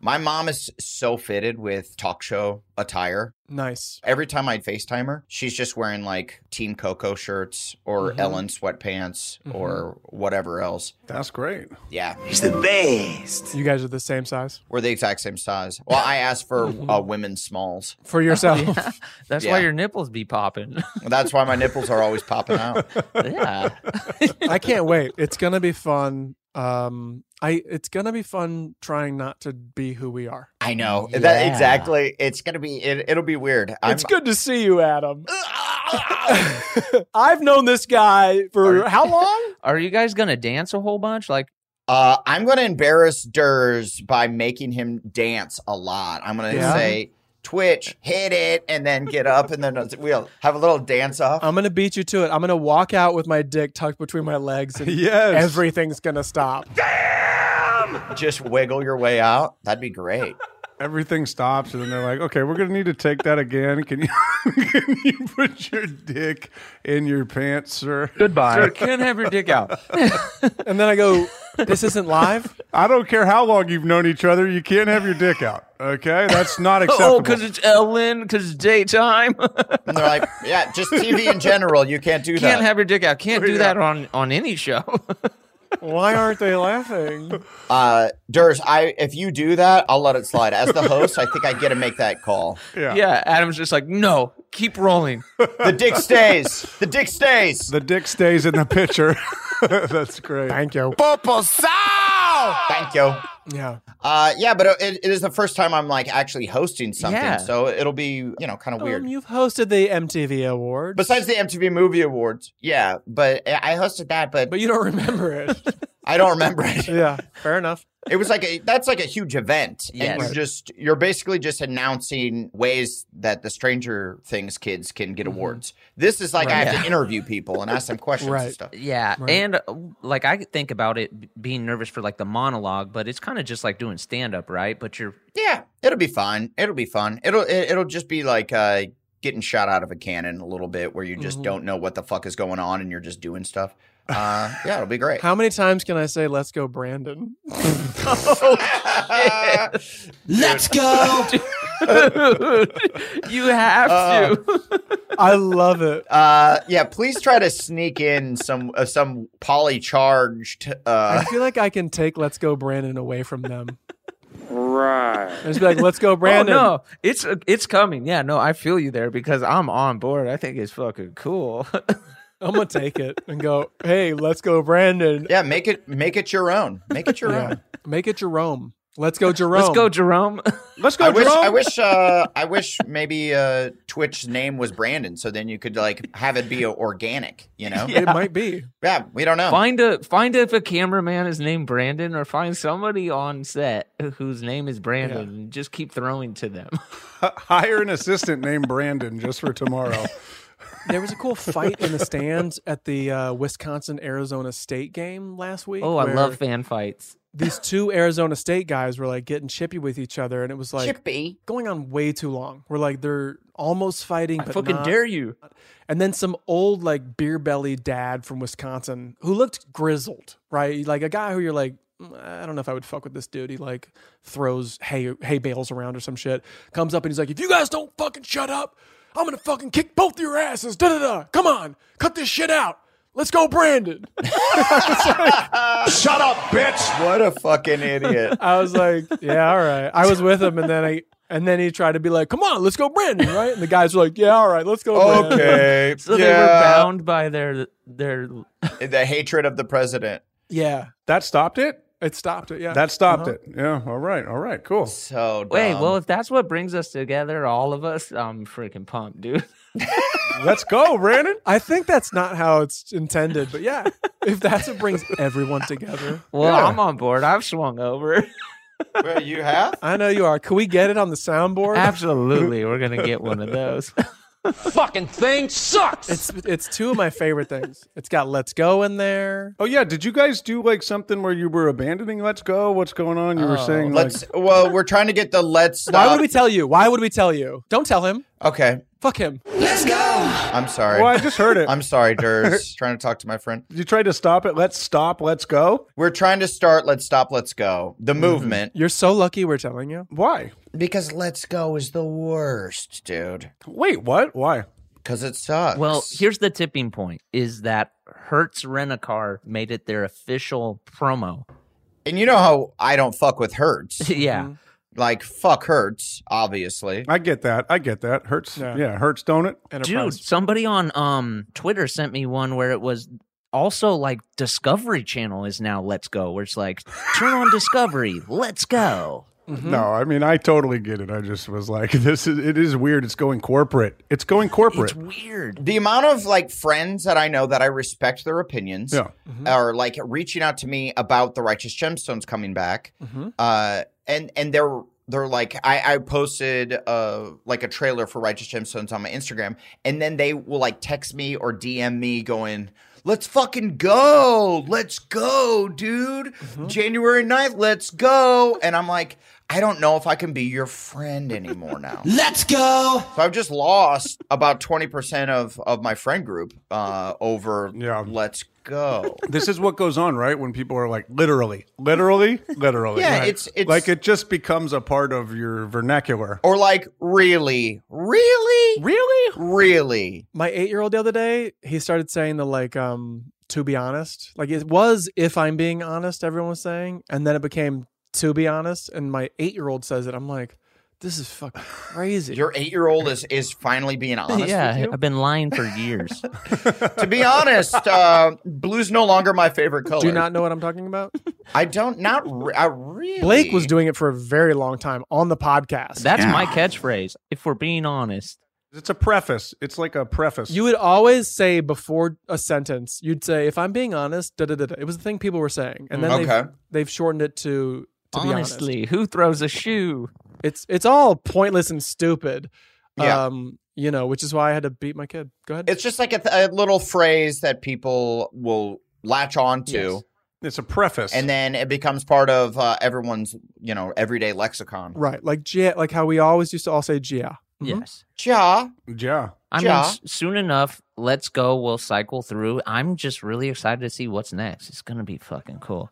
My mom is so fitted with talk show attire.
Nice.
Every time I'd FaceTime her, she's just wearing like Team Coco shirts or
Mhm.
Ellen sweatpants
Mm-hmm.
or whatever else.
That's great.
Yeah.
He's the
best.
You guys are the same size
We're the exact same size. Well, I asked for
Mm-hmm.
uh, women's smalls.
for yourself.
That's why your nipples be popping.
That's why my nipples are always popping out.
yeah.
I can't wait. It's gonna be fun. Um, I it's gonna be fun trying not to be who we are.
I know.
Yeah.
That exactly. It's gonna be. It, it'll be weird. I'm,
it's good to see you, Adam. I've known this guy for how long?
Are you guys gonna dance a whole bunch? Like
Uh, I'm gonna embarrass Durs by making him dance a lot. I'm gonna
Yeah.
say Twitch, hit it, and then get up, and then we'll have a little dance off.
I'm gonna beat you to it. I'm gonna walk out with my dick tucked between my legs, and
Yes.
everything's gonna stop.
Just wiggle your way out. That'd be great.
Everything stops, and then they're like, "Okay, we're gonna need to take that again. Can you, can you put your dick in your pants, sir? Goodbye.
Sir, can't have your dick out. and then I go, "This isn't live."
I don't care how long you've known each other. You can't have your dick out. Okay, that's not acceptable.
Oh, because it's Ellen, because it's daytime.
And they're like, yeah, just TV in general. You can't do that.
Can't have your dick out. Can't do that on on any show.
Why aren't they laughing?
Uh, Durs, I if you do that, I'll let it slide. As the host, I think I get to make that call.
Yeah. Adam's just like, no, keep rolling.
The dick stays. The dick stays.
The dick stays in the picture. that's great.
Thank you.
Thank you.
Yeah.
Uh, yeah, but it, it is the first time I'm like actually hosting something,
Yeah.
so it'll be you know kind of weird.
Um, you've hosted the MTV Awards.
Besides the MTV Movie Awards, yeah, but eh, I I hosted that, but
but you don't remember it.
I don't remember it.
yeah, fair enough.
It was like a, that's like a huge event, and
Yes.
you're just you're basically just announcing ways that the Stranger Things kids can get awards. This is like I
Right.
have
Yeah.
to interview people and ask them questions and stuff.
Yeah,
Right.
and uh, like I think about it b- being nervous for like the monologue, but it's kind of just like doing stand up, right? But you're
Yeah, it'll be fun. It'll be fun. It'll it, it'll just be like uh, getting shot out of a cannon a little bit, where you just
Mhm.
Mm-hmm.
don't know what the fuck is going on, and you're just doing stuff. Uh, yeah, it'll be great.
How many times can I say "Let's go, Brandon"? Oh,
Let's
go. you have to.
I love it.
Uh, yeah, please try to sneak in some uh, some polycharged. Uh,
I feel like I can take "Let's go, Brandon" away from them.
right.
Just be like, "Let's go, Brandon."
Oh, no, it's uh, it's coming. Yeah, no, I feel you there because I'm on board. I think it's fucking cool.
I'm gonna take it and go. Hey, let's go, Brandon.
Yeah, make it make it your own. Make it your own.
Make it Jerome. Let's go, Jerome.
Let's go, Jerome.
Let's
I wish I wish uh, I wish maybe uh, Twitch's name was Brandon, so then you could like have it be organic. You know,
Yeah. It
might be.
Yeah, we don't know.
Find a find if a cameraman is named Brandon, or find somebody on set whose name is Brandon, and just keep throwing to them.
Hire an assistant named Brandon just for tomorrow.
There was a cool fight in the stands at the uh, Wisconsin Arizona State game last week.
Oh, I
where
love fan fights.
These two Arizona State guys were like getting chippy with each other, and it was like
chippy
going on way too long. We're like they're almost fighting.
I
but
fucking
not.
dare you.
And then some old like beer belly dad from Wisconsin who looked grizzled, right? Like a guy who you're like, "Mm, I don't know if I would fuck with this dude. He like throws hay hay bales around or some shit. Comes up and he's like, if you guys don't fucking shut up, I'm gonna fucking kick both your asses. Da da da. Come on, cut this shit out. Let's go, Brandon.
Shut up, bitch! What a fucking idiot.
I was like, yeah, all right. I was with him, and then I And then he tried to be like, "Come on, let's go, Brandon!" Right? And the guys were like, "Yeah, all right, let's go." Brandon."
so they were bound by their their
the hatred of the president.
Yeah,
that stopped it.
It stopped it. Yeah,
That stopped
Uh-huh.
it. Yeah. All right. All right. Cool.
So
Wait,
um
well, if that's what brings us together, all of us, I'm freaking pumped, dude.
Let's go, Brandon.
I think that's not how it's intended, but yeah, if that's what brings everyone together,
Well, I'm on board. I've swung over.
Well, you have?
I know you are. Can we get it on the soundboard?
Absolutely, we're gonna get one of those.
Fucking thing sucks. It's it's two of my favorite things. It's got "Let's Go" in there.
Oh yeah. Did you guys do like something where you were abandoning Let's Go? What's going on? You were
Oh.
saying like,
Let's. Well, we're trying to get the let's.
Why
stop-
would we tell you? Why would we tell you? Don't tell him.
Okay.
Fuck him.
Let's go. I'm sorry.
Well, I just heard it.
I'm sorry, Durs. trying to talk to my friend.
you tried to stop it. Let's stop. Let's go. Mm-hmm.
We're trying to start. Let's stop. Let's go. The movement.
You're so lucky we're telling you.
Why?
Because let's go is the worst, dude.
Wait, what? Why?
Because it sucks.
Well, here's the tipping point: is that Hertz Rent a Car made it their official promo.
And you know how I don't fuck with Hertz.
Yeah.
Like fuck Hertz, obviously.
I get that. I get that. Hurts. Yeah. hurts, don't it?
Dude, somebody on um Twitter sent me one where it was also like Discovery Channel is now Let's Go, where it's like turn on Discovery, Let's Go.
Mm-hmm.
No, I mean I totally get it. I just was like, this is it is weird. It's going corporate. It's going corporate.
weird.
The amount of like friends that I know that I respect their opinions
Yeah.
are like reaching out to me about the Righteous Gemstones coming back.
Mm-hmm.
Uh, and and they're they're like I, I posted uh like a trailer for Righteous Gemstones on my Instagram, and then they will like text me or DM me going, Let's fucking go. Let's go, dude. January 9th, let's go. And I'm like, I don't know if I can be your friend anymore now.
Let's go.
So I've just lost about 20% of, of my friend group uh, over let's go.
this is what goes on, right? When people are like, literally, literally, literally.
Yeah,
Right.
it's- it's-
like it just becomes a part of your vernacular.
Or like, really, really,
really,
really.
My eight year old the other day, he started saying the like, um, to be honest. Like it was if I'm being honest, everyone was saying. And then it became to be honest. And my eight year old says it. I'm like, this is fucking crazy.
Your eight year old is, is finally being honest
yeah,
with you.
I've been lying for years.
to be honest, uh, blue's no longer my favorite color.
Do you not know what I'm talking about?
I don't, not re- I really.
Blake was doing it for a very long time on the podcast.
That's my catchphrase. If we're being honest,
It's a preface. It's like a preface.
You would always say before a sentence, you'd say, if I'm being honest, da da da. da." It was the thing people were saying. And then
Mm.
they've,
Okay.
they've shortened it to, to be
Honestly,
honest.
who throws a shoe?
It's, it's all pointless and stupid.
Yeah.
Um, you know, which is why I had to beat my kid. Go ahead.
It's just like a, th- a little phrase that people will latch on to.
Yes.
It's a preface.
And then it becomes part of uh, everyone's, you know, everyday lexicon.
Right. Like Gia, like how we always used to all say Gia. Mm-hmm.
Yes.
Ja.
Yeah.
I mean,
Ja.
s- soon enough, let's go. We'll cycle through. I'm just really excited to see what's next. It's gonna be fucking cool.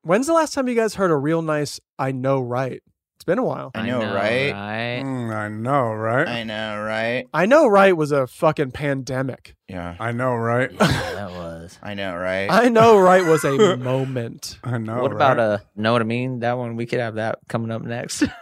When's the last time you guys heard a real nice I know right? It's been a while.
I know, right?
Mm, I know, right?
I know, right?
I know right was a fucking pandemic.
Yeah.
I know, right?
That was.
I know, right?
I know right was a moment.
I know.
What about uh know what I mean? That one we could have that coming up next.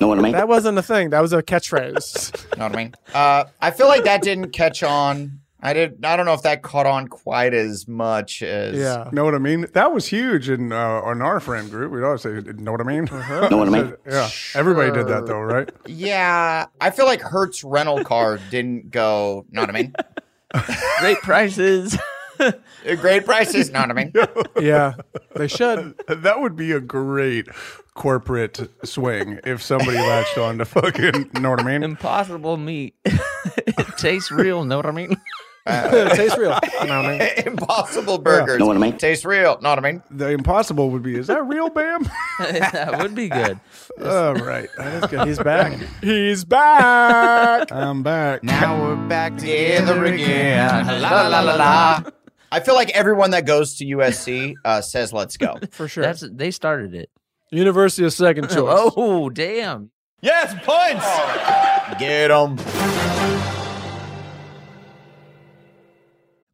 Know what I mean? That wasn't a thing. That was a catchphrase.
know what I mean? Uh, I feel like that didn't catch on. I did. I don't know if that caught on quite as much as.
Yeah.
Know what I mean? That was huge in uh, in our friend group. We'd always say, "Know what I mean?"
Know what I mean?
yeah. Everybody did that though, right?
Yeah, I feel like Hertz rental car didn't go. Know what I mean? Uh,
Great prices.
Great prices. Know what I mean?
yeah, they should.
that would be a great corporate swing if somebody latched on to fucking. Know what I mean?
Impossible meat. it tastes real, know what I mean?
tastes real.
Uh, Impossible burgers. Know what I mean? Tastes real. Know what I mean?
The impossible would be. Is that real, Bam?
that would be good.
All right, that
is good. He's back. He's back.
I'm back.
Now we're back together again. La la la la. I feel like everyone that goes to USC uh, says, "Let's go."
For sure.
That's they started it.
University of second choice.
Oh damn.
Yes, points. Get them.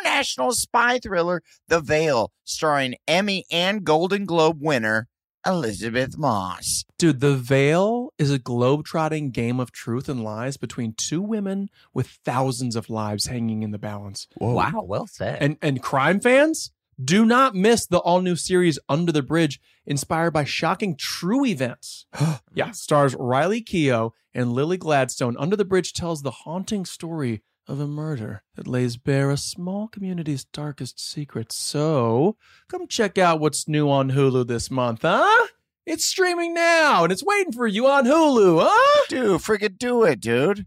international spy thriller, The Veil, starring Emmy and Golden Globe winner Elizabeth Moss.
Dude, The Veil is a globetrotting game of truth and lies between two women with thousands of lives hanging in the balance.
Wow, well said.
And and crime fans, do not miss the all new series Under the Bridge, inspired by shocking true events. yeah, stars Riley Keough and Lily Gladstone. Under the Bridge tells the haunting story of a murder that lays bare a small community's darkest secrets. So, come check out what's new on Hulu this month, huh? It's streaming now and it's waiting for you on Hulu, huh?
Dude, friggin' do it, dude.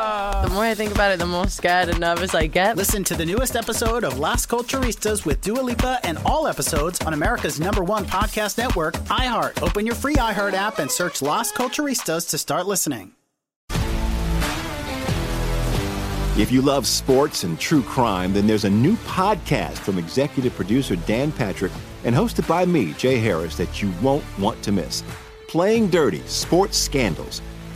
more I think about it, the more scared and nervous I get.
Listen to the newest episode of Las Culturistas with Dua Lipa and all episodes on America's number one podcast network, iHeart. Open your free iHeart app and search Las Culturistas to start listening.
If you love sports and true crime, then there's a new podcast from executive producer Dan Patrick and hosted by me, Jay Harris, that you won't want to miss. Playing Dirty Sports Scandals.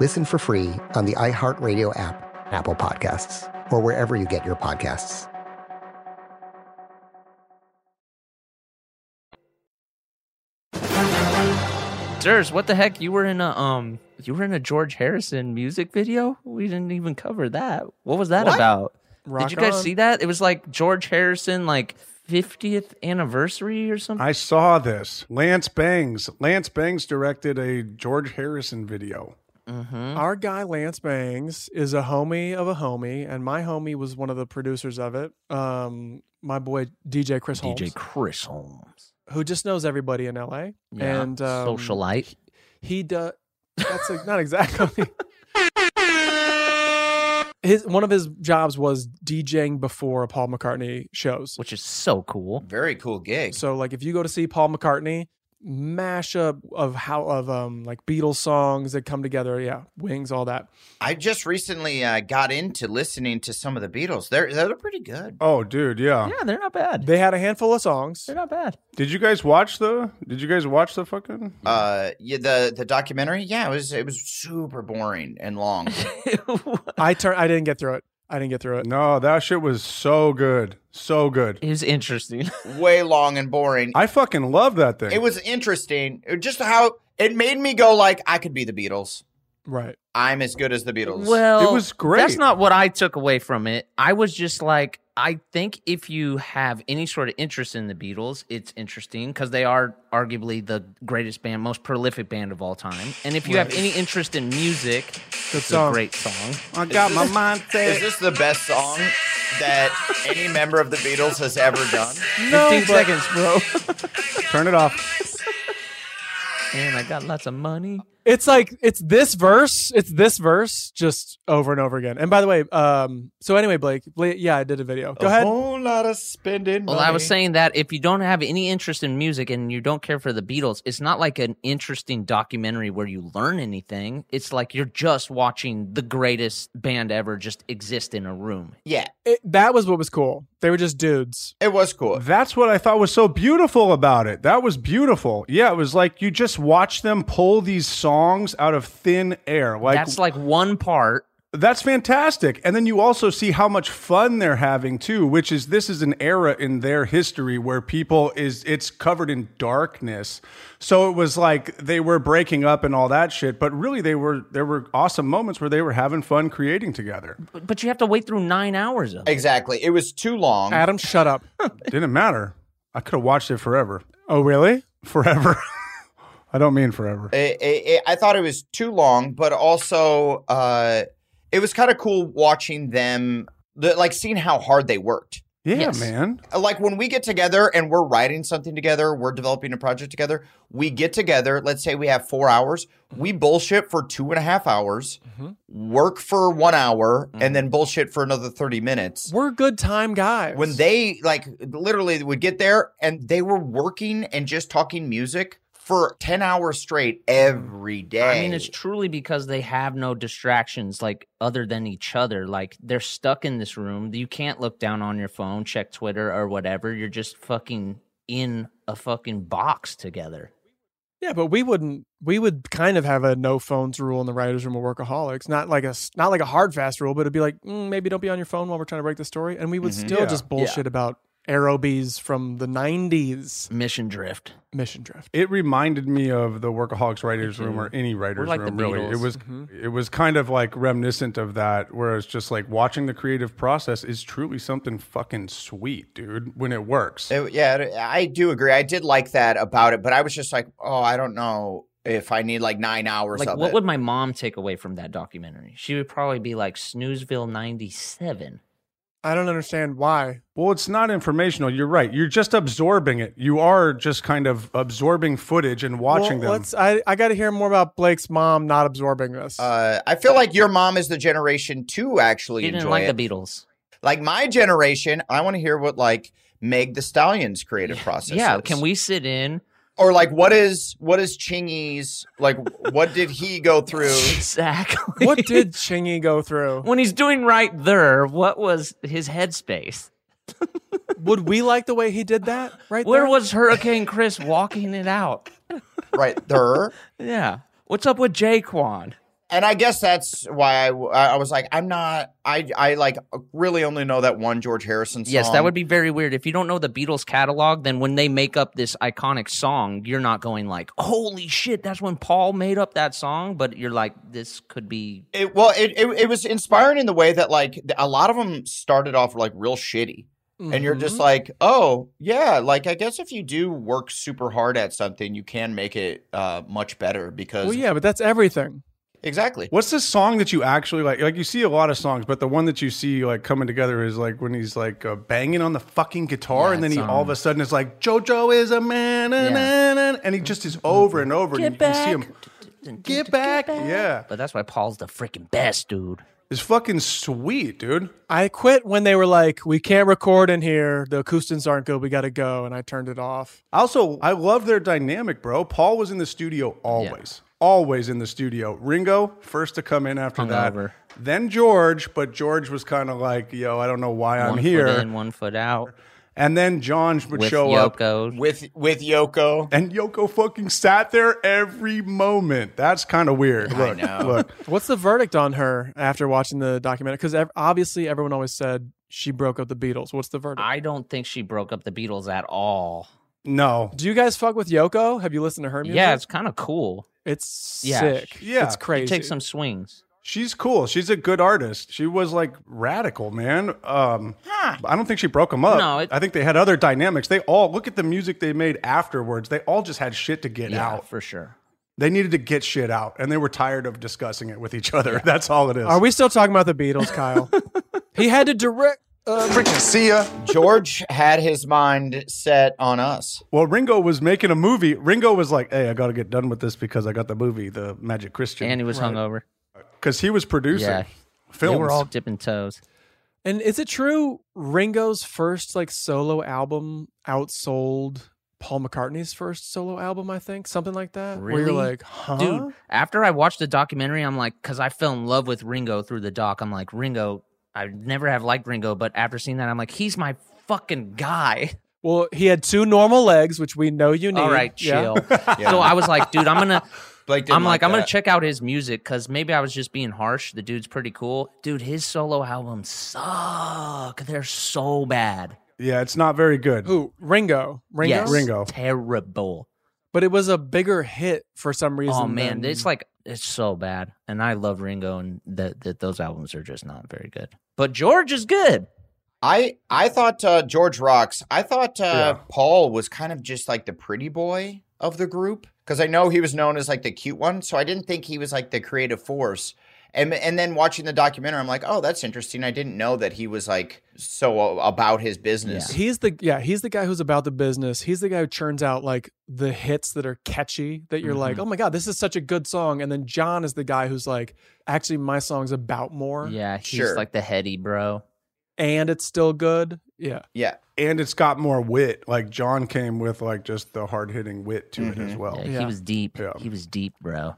Listen for free on the iHeartRadio app, Apple Podcasts, or wherever you get your podcasts.
Sirs, what the heck? You were in a um, you were in a George Harrison music video. We didn't even cover that. What was that
What?
about?
Rock
Did you guys
on.
see that? It was like George Harrison, like fiftieth anniversary or something.
I saw this. Lance Bangs. Lance Bangs directed a George Harrison video.
Mm-hmm.
Our guy Lance Bangs is a homie of a homie, and my homie was one of the producers of it. Um, my boy DJ Chris Holmes,
DJ Chris Holmes,
who just knows everybody in LA,
Yeah,
and um,
socialite.
He does. That's like, not exactly. his one of his jobs was DJing before Paul McCartney shows,
which is so cool.
Very cool gig.
So like if you go to see Paul McCartney, mashup of how of um like Beatles songs that come together, yeah, Wings, all that.
I just recently uh, got into listening to some of the Beatles. They're they're pretty good.
Oh, dude, yeah.
Yeah, they're not bad.
They had a handful of songs.
They're not bad.
Did you guys watch the? Did you guys watch the fucking?
Uh, yeah, the the documentary. Yeah, it was it was super boring and long.
I turn I didn't get through it. I didn't get through it.
No, that shit was so good, so good.
It was interesting.
Way long and boring.
I fucking love that thing.
It was interesting. It- Just how it made me go like I could be the Beatles.
Right.
I'm as good as the Beatles.
Oh, Well, That's not what I took away from it. I was just like, I think if you have any sort of interest in the Beatles, it's interesting because they are arguably the greatest band, most prolific band of all time. And if you have
Right.
any interest in music, it's
song.
a great song.
Is this- Is this the best song that any member of the Beatles has ever done?
No, 15 but- seconds, bro.
Turn it off.
And I got lots of money.
It's like it's this verse, it's this verse just over and over again. And by the way, um so anyway, Blake, Blake yeah, I did a video. Go ahead.
whole lot of spending.
Well, I was saying that if you don't have any interest in music and you don't care for the Beatles, it's not like an interesting documentary where you learn anything. It's like you're just watching the greatest band ever just exist in a room.
Yeah.
It, that was what was cool. They were just dudes.
It was cool.
That's what I thought was so beautiful about it. That was beautiful. Yeah, it was like you just watch them pull these songs out of thin air. Like
That's like one part.
That's fantastic. And then you also see how much fun they're having too, which is this is an era in their history where people is it's covered in darkness. So it was like they were breaking up and all that shit, but really they were there were awesome moments where they were having fun creating together.
But, but you have to wait through nine hours of it.
Exactly. It was too long.
Adam, shut up.
Oh. Didn't matter. I could have watched it forever.
Oh, really?
Forever. I don't mean forever.
It- it- it- I thought it was too long, but also uh, it was kind of cool watching them, the, like seeing how hard they worked.
Yeah, man.
Like when we get together and we're writing something together, we're developing a project together. We get together. Let's say we have four hours. We bullshit for two and a half hours, work for one hour, and then bullshit for another thirty minutes.
Mm-hmm. We're good time guys.
When they like literally would get there and they were working and just talking music for ten hours straight every day.
I mean, it's truly because they have no distractions, like other than each other. Like they're stuck in this room. You can't look down on your phone, check Twitter or whatever. You're just fucking in a fucking box together.
Yeah, but we wouldn't. We would kind of have a no phones rule in the writers' room of workaholics. Not like a s- not like a hard fast rule, but it'd be like mm, maybe don't be on your phone while we're trying to break the story, and we would
Mhm.
Mm-hmm.
still
Yeah.
just
Yeah.
bullshit about aerobies from the '90s.
Mission drift.
Mission drift.
It reminded me of the workaholics writers room or any writers
like the
room. Really, it
Beatles.
was
Mhm.
it was kind of like reminiscent of that, where it's just like watching the creative process is truly something fucking sweet, dude. When it works,
It- yeah, I do agree. I did like that about it, but I was just like, oh, I don't know if I need like nine hours
Like,
of
what
it.
would my mom take away from that documentary? She would probably be like Snoozeville '97.
I don't understand why.
Well, it's not informational. You're right. You're just absorbing it. You are just kind of absorbing footage and watching
well,
them.
Let's. uh, I I got to hear more about Blake's mom not absorbing this.
uh, I feel like your mom is the generation to actually
She didn't
enjoy
like
it.
the Beatles.
Like my generation, I want to hear what like Meg the Stallion's creative process.
yeah,
is.
can we sit in?
Or like, what is what is Chingy's like? what did he go through?
Exactly.
what did Chingy go through?
When he's doing right there, what was his headspace?
Would we like the way he did that? Right.
Where
there?
was Hurricane Chris walking it out?
Right there.
Yeah. What's up with Jaquan?
And I guess that's why I, w- I was like, I'm not. I I like really only know that one George Harrison song.
Yes, that would be very weird. If you don't know the Beatles catalog, then when they make up this iconic song, you're not going like, "Holy shit, that's when Paul made up that song," but you're like, "This could be
It, well, it, it it was inspiring in the way that like th- a lot of them started off like real shitty, and you're just
Mm-hmm.
Mhm.
like, oh yeah, like I guess if you do work super hard at something, you can make it uh, much better because
Well, yeah, but that's everything.
exactly.
What's the song that you actually like? Like you see a lot of songs, but the one that you see like coming together is like when he's like uh, banging on the fucking guitar, and then he all of a sudden is like JoJo is a man, na, na, na, na," and he just is over and over. and you,
Get
you see him
Get
back. Yeah.
But that's why Paul's the freaking best, dude.
It's fucking sweet, dude.
I quit when they were like, "We can't record in here. The acoustics aren't good. We got to go," and I turned it off.
Also, I love their dynamic, bro. Paul was in the studio always, always in the studio. Ringo first to come in after that,
Hungover.
then George, but George was kind of like, yo, I don't know why I'm
one
here.
foot in, one foot out.
And then John would
With
show
Yoko.
up
with with Yoko,
and Yoko fucking sat there every moment. That's kind of weird. Look, look,
What's the verdict on her after watching the documentary? Because ev- obviously, everyone always said she broke up the Beatles. What's the verdict?
I don't think she broke up the Beatles at all.
no.
Do you guys fuck with Yoko? Have you listened to her music?
Yeah, it's kind of cool.
It's
Yeah.
sick.
Yeah.
it's crazy.
You take some swings.
She's cool. She's a good artist. She was like radical, man. Um, I don't think she broke them up.
No, it-
I think they had other dynamics. They all look at the music they made afterwards. They all just had shit to get
Yeah,
out
for sure.
They needed to get shit out, and they were tired of discussing it with each other. That's all it is.
Are we still talking about the Beatles, Kyle? he had to direct. um,
Freaking see ya. George had his mind set on us.
Well, Ringo was making a movie. Ringo was like, "Hey, I got to get done with this because I got the movie, The Magic Christian."
And he was hungover.
because he was producing
Yeah.
films.
They were all dipping toes.
And is it true Ringo's first like solo album outsold Paul McCartney's first solo album? I think something like that. Where
Really?
you're like, huh?
Dude, after I watched the documentary, I'm like, because I fell in love with Ringo through the doc. I'm like, Ringo, I never have liked Ringo, but after seeing that, I'm like, he's my fucking guy.
Well, he had two normal legs, which we know you need.
All right,
Yeah.
chill. So I was like, dude, I'm gonna.
Blake
I'm
like
like, I'm gonna
that.
check out his music because maybe I was just being harsh. The dude's pretty cool, dude. His solo albums suck. They're so bad.
Yeah, it's not very good.
Who? Ringo. Ringo.
Yes, terrible.
But it was a bigger hit for some reason.
Oh man,
than-
it's like it's so bad. And I love Ringo, and that that those albums are just not very good. But George is good.
I I thought uh, George rocks. I thought uh, Paul was kind of just like the pretty boy of the group because I know he was known as like the cute one, so I didn't think he was like the creative force. And and then watching the documentary, I'm like, oh, that's interesting. I didn't know that he was like so uh, about his business.
He's the yeah, he's the guy who's about the business. He's the guy who churns out like the hits that are catchy that you're like,
Mhm.
"Oh my god, this is such a good song." And then John is the guy who's like, "Actually, my song's about more."
Yeah, he's like the heady bro.
and it's still good. Yeah.
Yeah.
And it's got more wit. Like John came with like just the hard hitting wit to it as well.
Yeah, He was deep. He was deep, bro.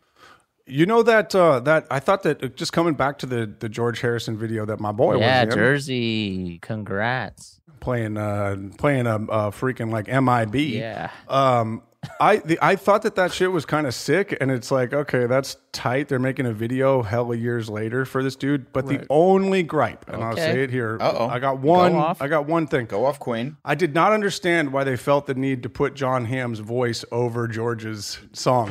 You know that uh that I thought that just coming back to the the George Harrison video that my boy
yeah,
was in,
Jersey. Congrats.
playing uh playing a, a freaking like MIB.
Yeah.
Um I the, I thought that that shit was kind of sick and it's like okay, that's tight. They're making a video hella years later for this dude, but
Right.
the only gripe and I'll
Okay.
say it here.
Uh-oh.
I got one
Go off.
I got one thing.
Go off Queen.
I did not understand why they felt the need to put John Hamm's voice over George's song.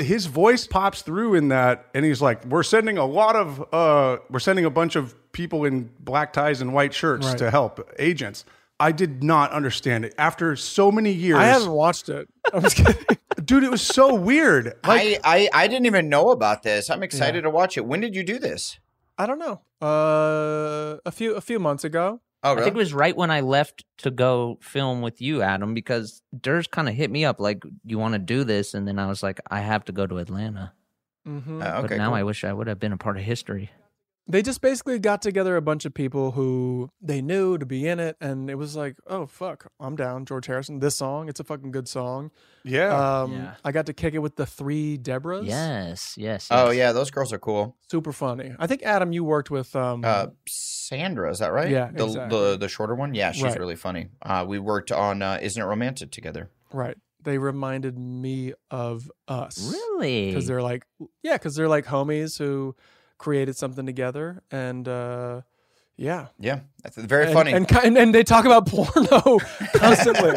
His voice pops through in that, and he's like, "We're sending a lot of, uh, we're sending a bunch of people in black ties and white shirts
Right.
to help agents." I did not understand it after so many years.
I haven't watched it. I'm just kidding.
dude. It was so weird.
I, I I didn't even know about this. I'm excited to watch it. When did you do this?
I don't know. Uh a few a few months ago.
Oh,
I think it was right when I left to go film with you, Adam, because Durs kind of hit me up like, "You want to do this?" And then I was like, "I have to go to Atlanta."
Mhm.
but now I wish I would have been a part of history.
they just basically got together a bunch of people who they knew to be in it and it was like oh fuck i'm down george harrison this song it's a fucking good song
Yeah.
um
Yeah.
i got to kick it with the three debras
Yes, yes.
Oh yeah, those girls are cool.
super funny i think adam you worked with um
Uh, Sandra, is that right?
Yeah,
the
exactly.
the, the shorter one. Yeah, she's
Right.
really funny. Uh, we worked on uh, Isn't It Romantic together.
right they reminded me of us
Really?
because they're like yeah because they're like homies who created something together and uh yeah
Yeah, that's very
and,
funny.
and, ki- and and they talk about porno constantly.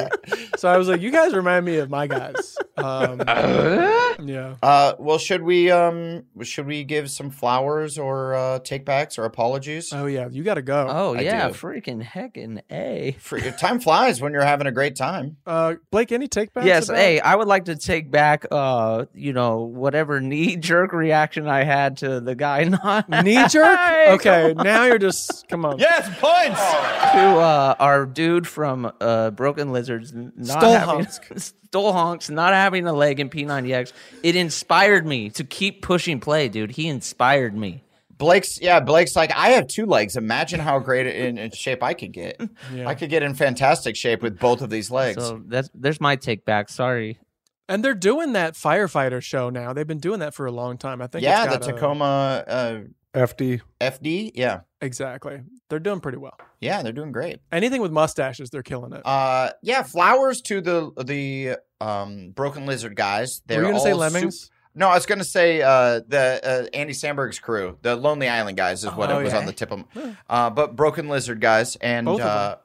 so I was like, you guys remind me of my guys. Um, yeah,
uh, well, should we um should we give some flowers or uh, take backs or apologies?
Oh yeah, you got to go.
Oh
I
yeah,
do.
freaking heckin' a.
For, time flies when you're having a great time.
uh, Blake, any take back?
Yes, hey, I would like to take back, uh, you know, whatever knee jerk reaction I had to the guy not
knee jerk.
Hey,
okay,
come on.
now you're just come on.
Yes, points.
to uh, our dude from uh, Broken Lizards, n- not
Stole
having, Stole honks, not having a leg in P90X. It inspired me to keep pushing play, dude. He inspired me.
Blake's yeah, Blake's like I have two legs. Imagine how great in, in shape I could get. I could get in fantastic shape with both of these legs.
So that's there's my take back. Sorry.
And they're doing that firefighter show now. They've been doing that for a long time. I think.
yeah,
it's got
the
a-
Tacoma uh,
FD.
FD. Yeah,
Exactly. They're doing pretty well.
yeah, they're doing great.
Anything with mustaches, they're killing it.
Uh, yeah, flowers to the the um broken lizard guys. They're
you gonna say
all sup-
Lemmings?
no, I was gonna say uh the uh, Andy Sandberg's crew, the Lonely Island guys, is what
Oh,
it was
yeah.
on the tip of. Uh, but broken lizard guys and
Both of
uh,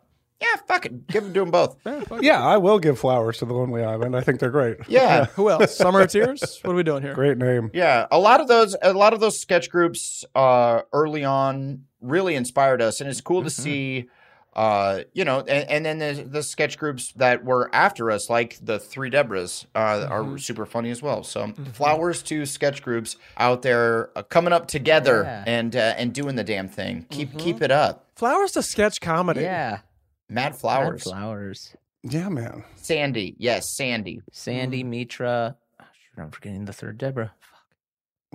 Yeah, fuck it. Give them to them both.
Yeah, I will give flowers to the Lonely Island. I think they're great.
Yeah.
Who else? Summer of Tears? What are we doing here?
Great name.
Yeah, a lot of those a lot of those sketch groups uh early on really inspired us and it's cool
Mm-hmm.
to see uh you know and, and then the, the sketch groups that were after us like the three debras uh
Mm-hmm.
are super funny as well so flowers to sketch groups out there uh, coming up together
Yeah. Mm-hmm.
and uh, and doing the damn thing keep keep it up
Flowers to sketch comedy.
Yeah. mad flowers
flowers
yeah man
sandy yes sandy
sandy
Mm.
mitra
Ah,
oh, shoot, i'm forgetting the third deborah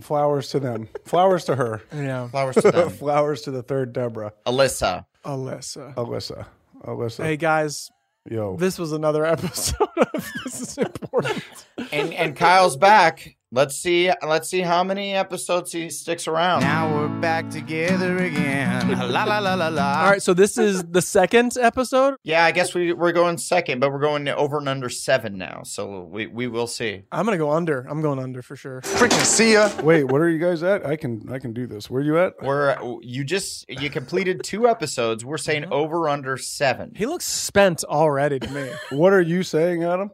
Flowers to them. Flowers to her.
Yeah.
Flowers to them.
Flowers to the third Deborah.
alyssa
Alyssa.
Alyssa. Alyssa.
Hey guys,
Yo.
this was another episode of This is Important.
and and Kyle's back. Let's see. Let's see how many episodes he sticks around. Now we're back together again. la la la la la.
All right, so this is the second episode.
Yeah, I guess we we're going second, but we're going over and under seven now. So we we will see.
I'm gonna go under. I'm going under for sure.
Freaking see ya. Wait, what are you guys at? I can I can do this. Where you at?
We're you just you completed two episodes. We're saying over under seven.
He looks spent already to me.
What are you saying, Adam?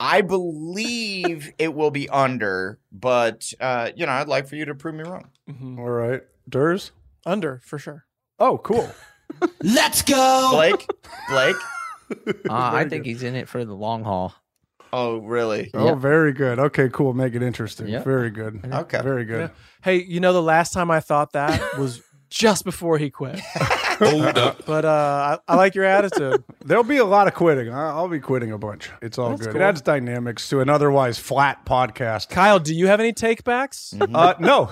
I believe it will be under, but uh, you know I'd like for you to prove me wrong.
All right. Durs?
Under for sure.
Oh, cool.
Let's go, Blake. Blake.
uh, i think he's in it for the long haul
oh really
Oh, very good. Okay, cool. Make it interesting.
Yep.
Very good.
Okay.
Very good.
Yeah. Hey, you know the last time I thought that was just before he quit.
Hold up.
But uh, I, I like your attitude.
There'll be a lot of quitting. I- I'll be quitting a bunch. It's all
That's
good.
cool.
It adds dynamics to an otherwise flat podcast.
Kyle, do you have any takebacks?
Mm-hmm.
Uh, no,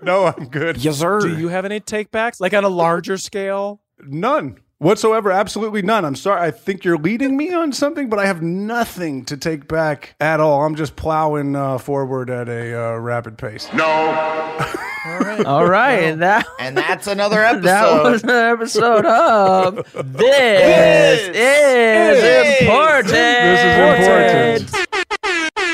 no, I'm good. Yes, sir.
Do you have any takebacks, like on a larger scale?
None whatsoever. Absolutely none. I'm sorry. I think you're leading me on something, but I have nothing to take back at all. I'm just plowing uh, forward at a uh, rapid pace. No.
all right and that
and that's another episode
that was another episode of this is important
This is important.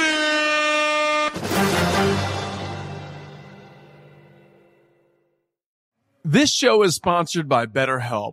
This show is sponsored by BetterHelp.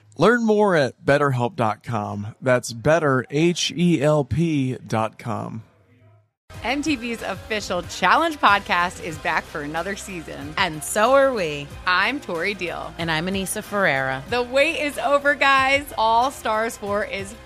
Learn more at betterhelp.com. That's better, H E L P.com.
MTV's official Challenge podcast is back for another season. And so are we. I'm Tori Deal.
And I'm Anissa Ferreira.
The wait is over, guys. All Stars 4 is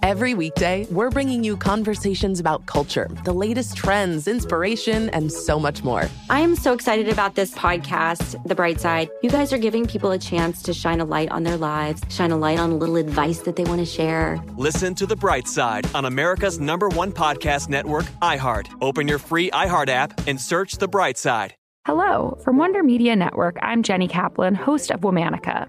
Every weekday, we're bringing you conversations about culture, the latest trends, inspiration, and so much more.
I am so excited about this podcast, The Bright Side. You guys are giving people a chance to shine a light on their lives, shine a light on a little advice that they want to share.
Listen to The Bright Side on America's number one podcast network, iHeart. Open your free iHeart app and search The Bright Side.
Hello, from Wonder Media Network, I'm Jenny Kaplan, host of Womanica,